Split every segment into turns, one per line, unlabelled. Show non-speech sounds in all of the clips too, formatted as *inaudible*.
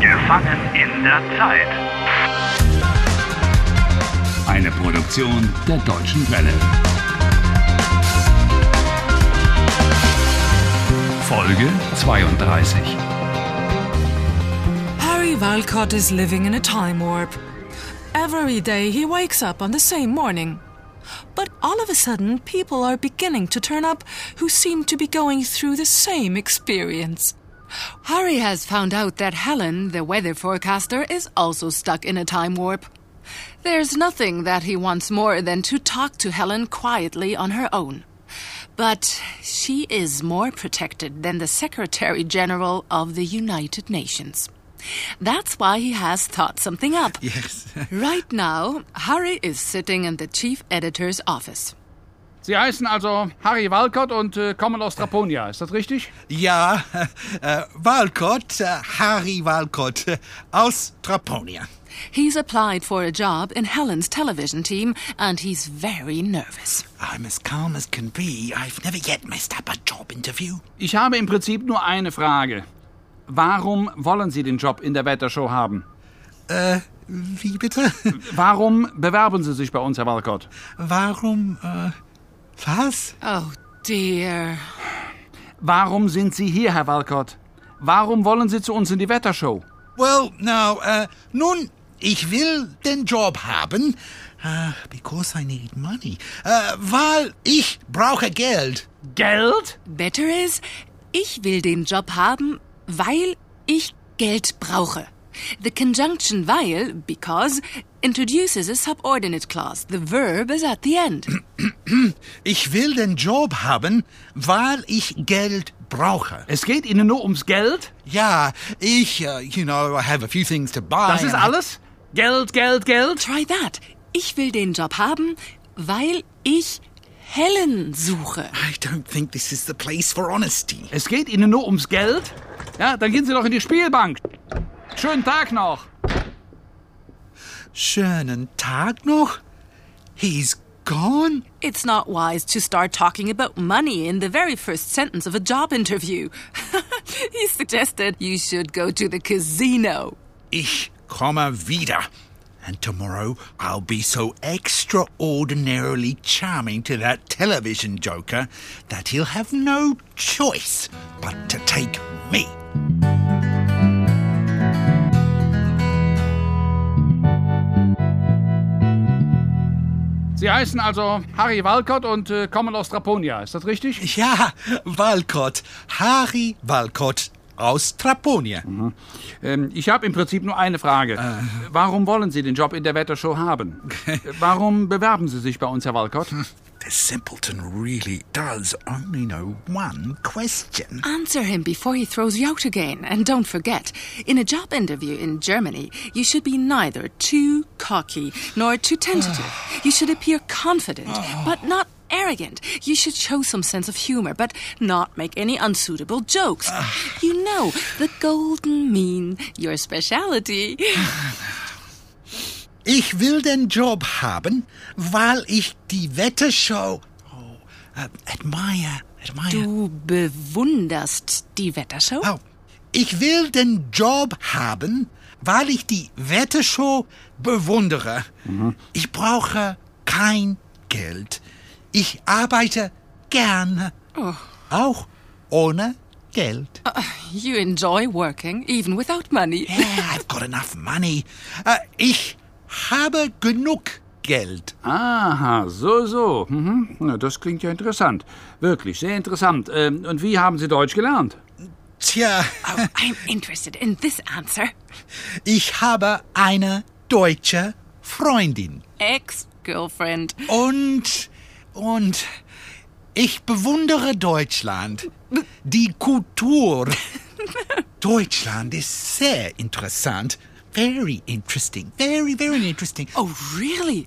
Gefangen in der Zeit.
Eine Produktion der Deutschen Welle. Folge 32.
Harry Walcott is living in a time warp. Every day he wakes up on the same morning. But all of a sudden, people are beginning to turn up who seem to be going through the same experience.
Harry has found out that Helen, the weather forecaster, is also stuck in a time warp. There's nothing that he wants more than to talk to Helen quietly on her own. But she is more protected than the Secretary General of the United Nations. That's why he has thought something up.
Yes.
Right now, Harry is sitting in the chief editor's office.
Sie heißen also Harry Walcott und äh, kommen aus Draponia, ist das richtig?
Ja, *laughs* äh, Walcott, äh, Harry Walcott äh, aus Traponia.
He's applied for a job in Helen's television team, and he's very nervous.
I'm as calm as can be. I've never yet messed up a job interview.
Ich habe im Prinzip nur eine Frage. Warum wollen Sie den Job in der Wettershow haben?
Äh,
*laughs*
Wie bitte?
Warum bewerben Sie sich bei uns, Herr Walcott?
Warum, äh, was?
Oh dear.
Warum sind Sie hier, Herr Walcott? Warum wollen Sie zu uns in die Wettershow?
Well, now, äh, nun, ich will den Job haben. Ah, because I need money. Äh, weil ich brauche Geld.
Geld?
Better is, ich will den Job haben, weil ich Geld brauche. The conjunction weil, because, introduces a subordinate clause. The verb is at the end.
Ich will den Job haben, weil ich Geld brauche.
Es geht Ihnen nur ums Geld?
Ja, ich, äh, you know, I have a few things to buy.
Das ist
and I-
alles? Ah, Geld, Geld, Geld?
Try that. Ich will den Job haben, weil ich Helen suche.
I don't think this is the place for honesty.
Es geht Ihnen nur ums Geld? Ja, dann gehen Sie doch in die Spielbank. Schönen Tag noch.
Schönen Tag noch. He's gone.
It's not wise to start talking about money in the very first sentence of a job interview. *laughs* he suggested you should go to the casino.
Ich komme wieder. And tomorrow I'll be so extraordinarily charming to that television joker that he'll have no choice but to take me.
Sie heißen also Harry Walcott und äh, kommen aus Draponia, ist das richtig?
Ja, Walcott, Harry Walcott aus Traponia.
Ähm, ich habe im Prinzip nur eine Frage. Warum wollen Sie den Job in der Wettershow *laughs* haben? Äh, Warum bewerben Sie sich bei uns, Herr Walcott?
The simpleton really does only know one question.
Answer him before he throws you out again. And don't forget, in a job interview in Germany, you should be neither too cocky nor too tentative. you should appear confident, but not arrogant. You should show some sense of humor, but not make any unsuitable jokes. you know, the golden mean, your speciality.
Ich will den Job haben, weil ich die Wettershow oh, äh, admire, admire.
Du bewunderst die Wettershow?
Oh, ich will den Job haben, weil ich die Wettershow bewundere. Ich brauche kein Geld. Ich arbeite gerne, auch ohne Geld.
You enjoy working, even without money.
Yeah, I've got enough money. Äh, ich habe genug Geld.
Ah. Aha, so, so. Mhm. Na, das klingt ja interessant. Wirklich, sehr interessant. Ähm, und wie haben Sie Deutsch gelernt?
Tja,
Oh, I'm interested in this answer.
ich habe eine deutsche Freundin.
Ex-girlfriend.
Und, und, ich bewundere Deutschland. Die Kultur. Deutschland ist sehr interessant. Very interesting. Very, very interesting.
Oh, really?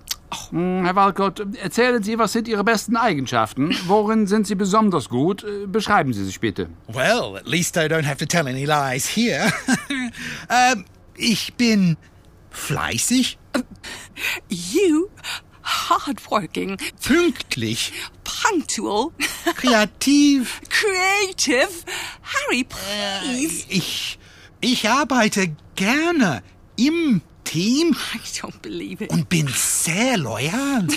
Hm, Herr Walcott, erzählen Sie, was sind Ihre besten Eigenschaften? Worin sind Sie besonders gut? Äh, Beschreiben Sie sich bitte.
Well, at least I don't have to tell any lies here. *laughs* ähm, ich bin fleißig,
You, hardworking,
pünktlich,
punctual, *laughs*
kreativ.
creative. Harry, please.
Ich Ich arbeite gerne im Team
I don't believe it.
und bin sehr loyal.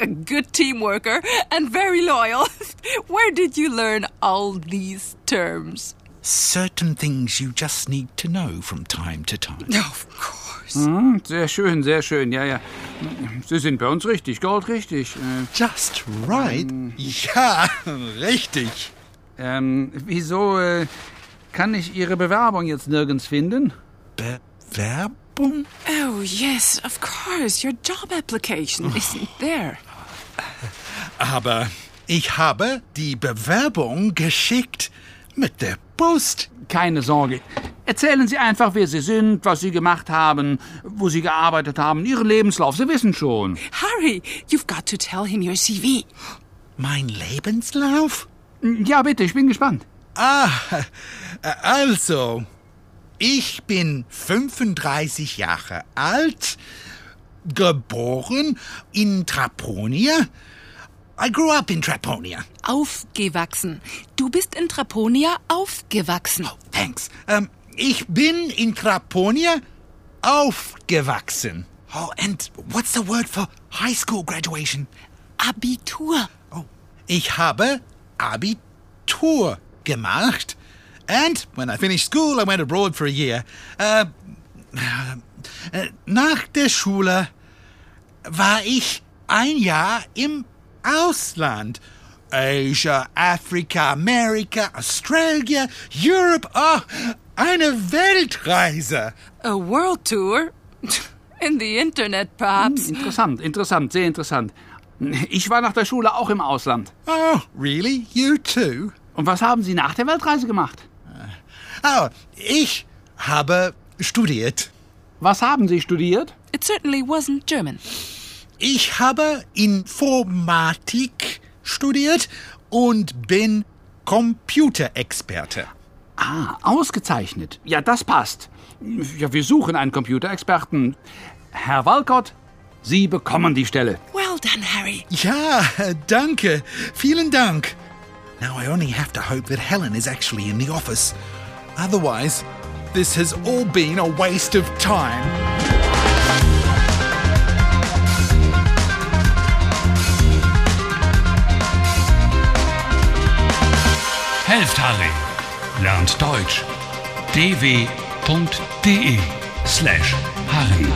A good team worker and very loyal. *laughs* Where did you learn all these terms?
Certain things you just need to know from time to time.
Oh, Of course.
Hm, sehr schön, sehr schön. Ja, ja. Sie sind bei uns richtig, goldrichtig. Äh,
*laughs* Just right. Ja, richtig.
ähm, wieso äh, kann ich Ihre Bewerbung jetzt nirgends finden?
Bewerbung?
Oh, yes, of course. Your job *laughs* application isn't there.
Aber ich habe die Bewerbung geschickt mit der Post.
Keine Sorge. Erzählen Sie einfach, wer Sie sind, was Sie gemacht haben, wo Sie gearbeitet haben, Ihren Lebenslauf. Sie wissen schon.
Harry, you've got to tell him your CV.
Mein Lebenslauf?
Ja, bitte, ich bin gespannt.
Ah, also, ich bin 35 Jahre alt, geboren in Traponia. I grew up in Traponia.
Aufgewachsen. Du bist in Traponia aufgewachsen.
Thanks. Ähm, ich bin in Traponia aufgewachsen. Oh, and what's the word for high school graduation?
Abitur.
Oh. Ich habe Abitur gemacht. And when I finished school, I went abroad for a year. Äh, äh, nach der Schule war ich ein Jahr im Ausland. Asia, Afrika, Amerika, Australia, Europe. Oh, eine Weltreise.
A world tour? *laughs* In the internet, perhaps.
Interessant, interessant, sehr interessant. Ich war nach der Schule auch im Ausland.
Oh, really? You too?
Und was haben Sie nach der Weltreise gemacht?
Oh, ich habe studiert.
Was haben Sie studiert?
It certainly wasn't German.
Ich habe Informatik studiert und bin Computerexperte.
Ah, ausgezeichnet. Ja, das passt. Ja, wir suchen einen Computerexperten. Herr Walcott, Sie bekommen die Stelle.
Well done, Harry.
Ja, *laughs* danke. Vielen Dank. Now I only have to hope that Helen is actually in the office. Otherwise, this has all been a waste of time.
Helft Harry. Lernt Deutsch. dw.de slash Harry.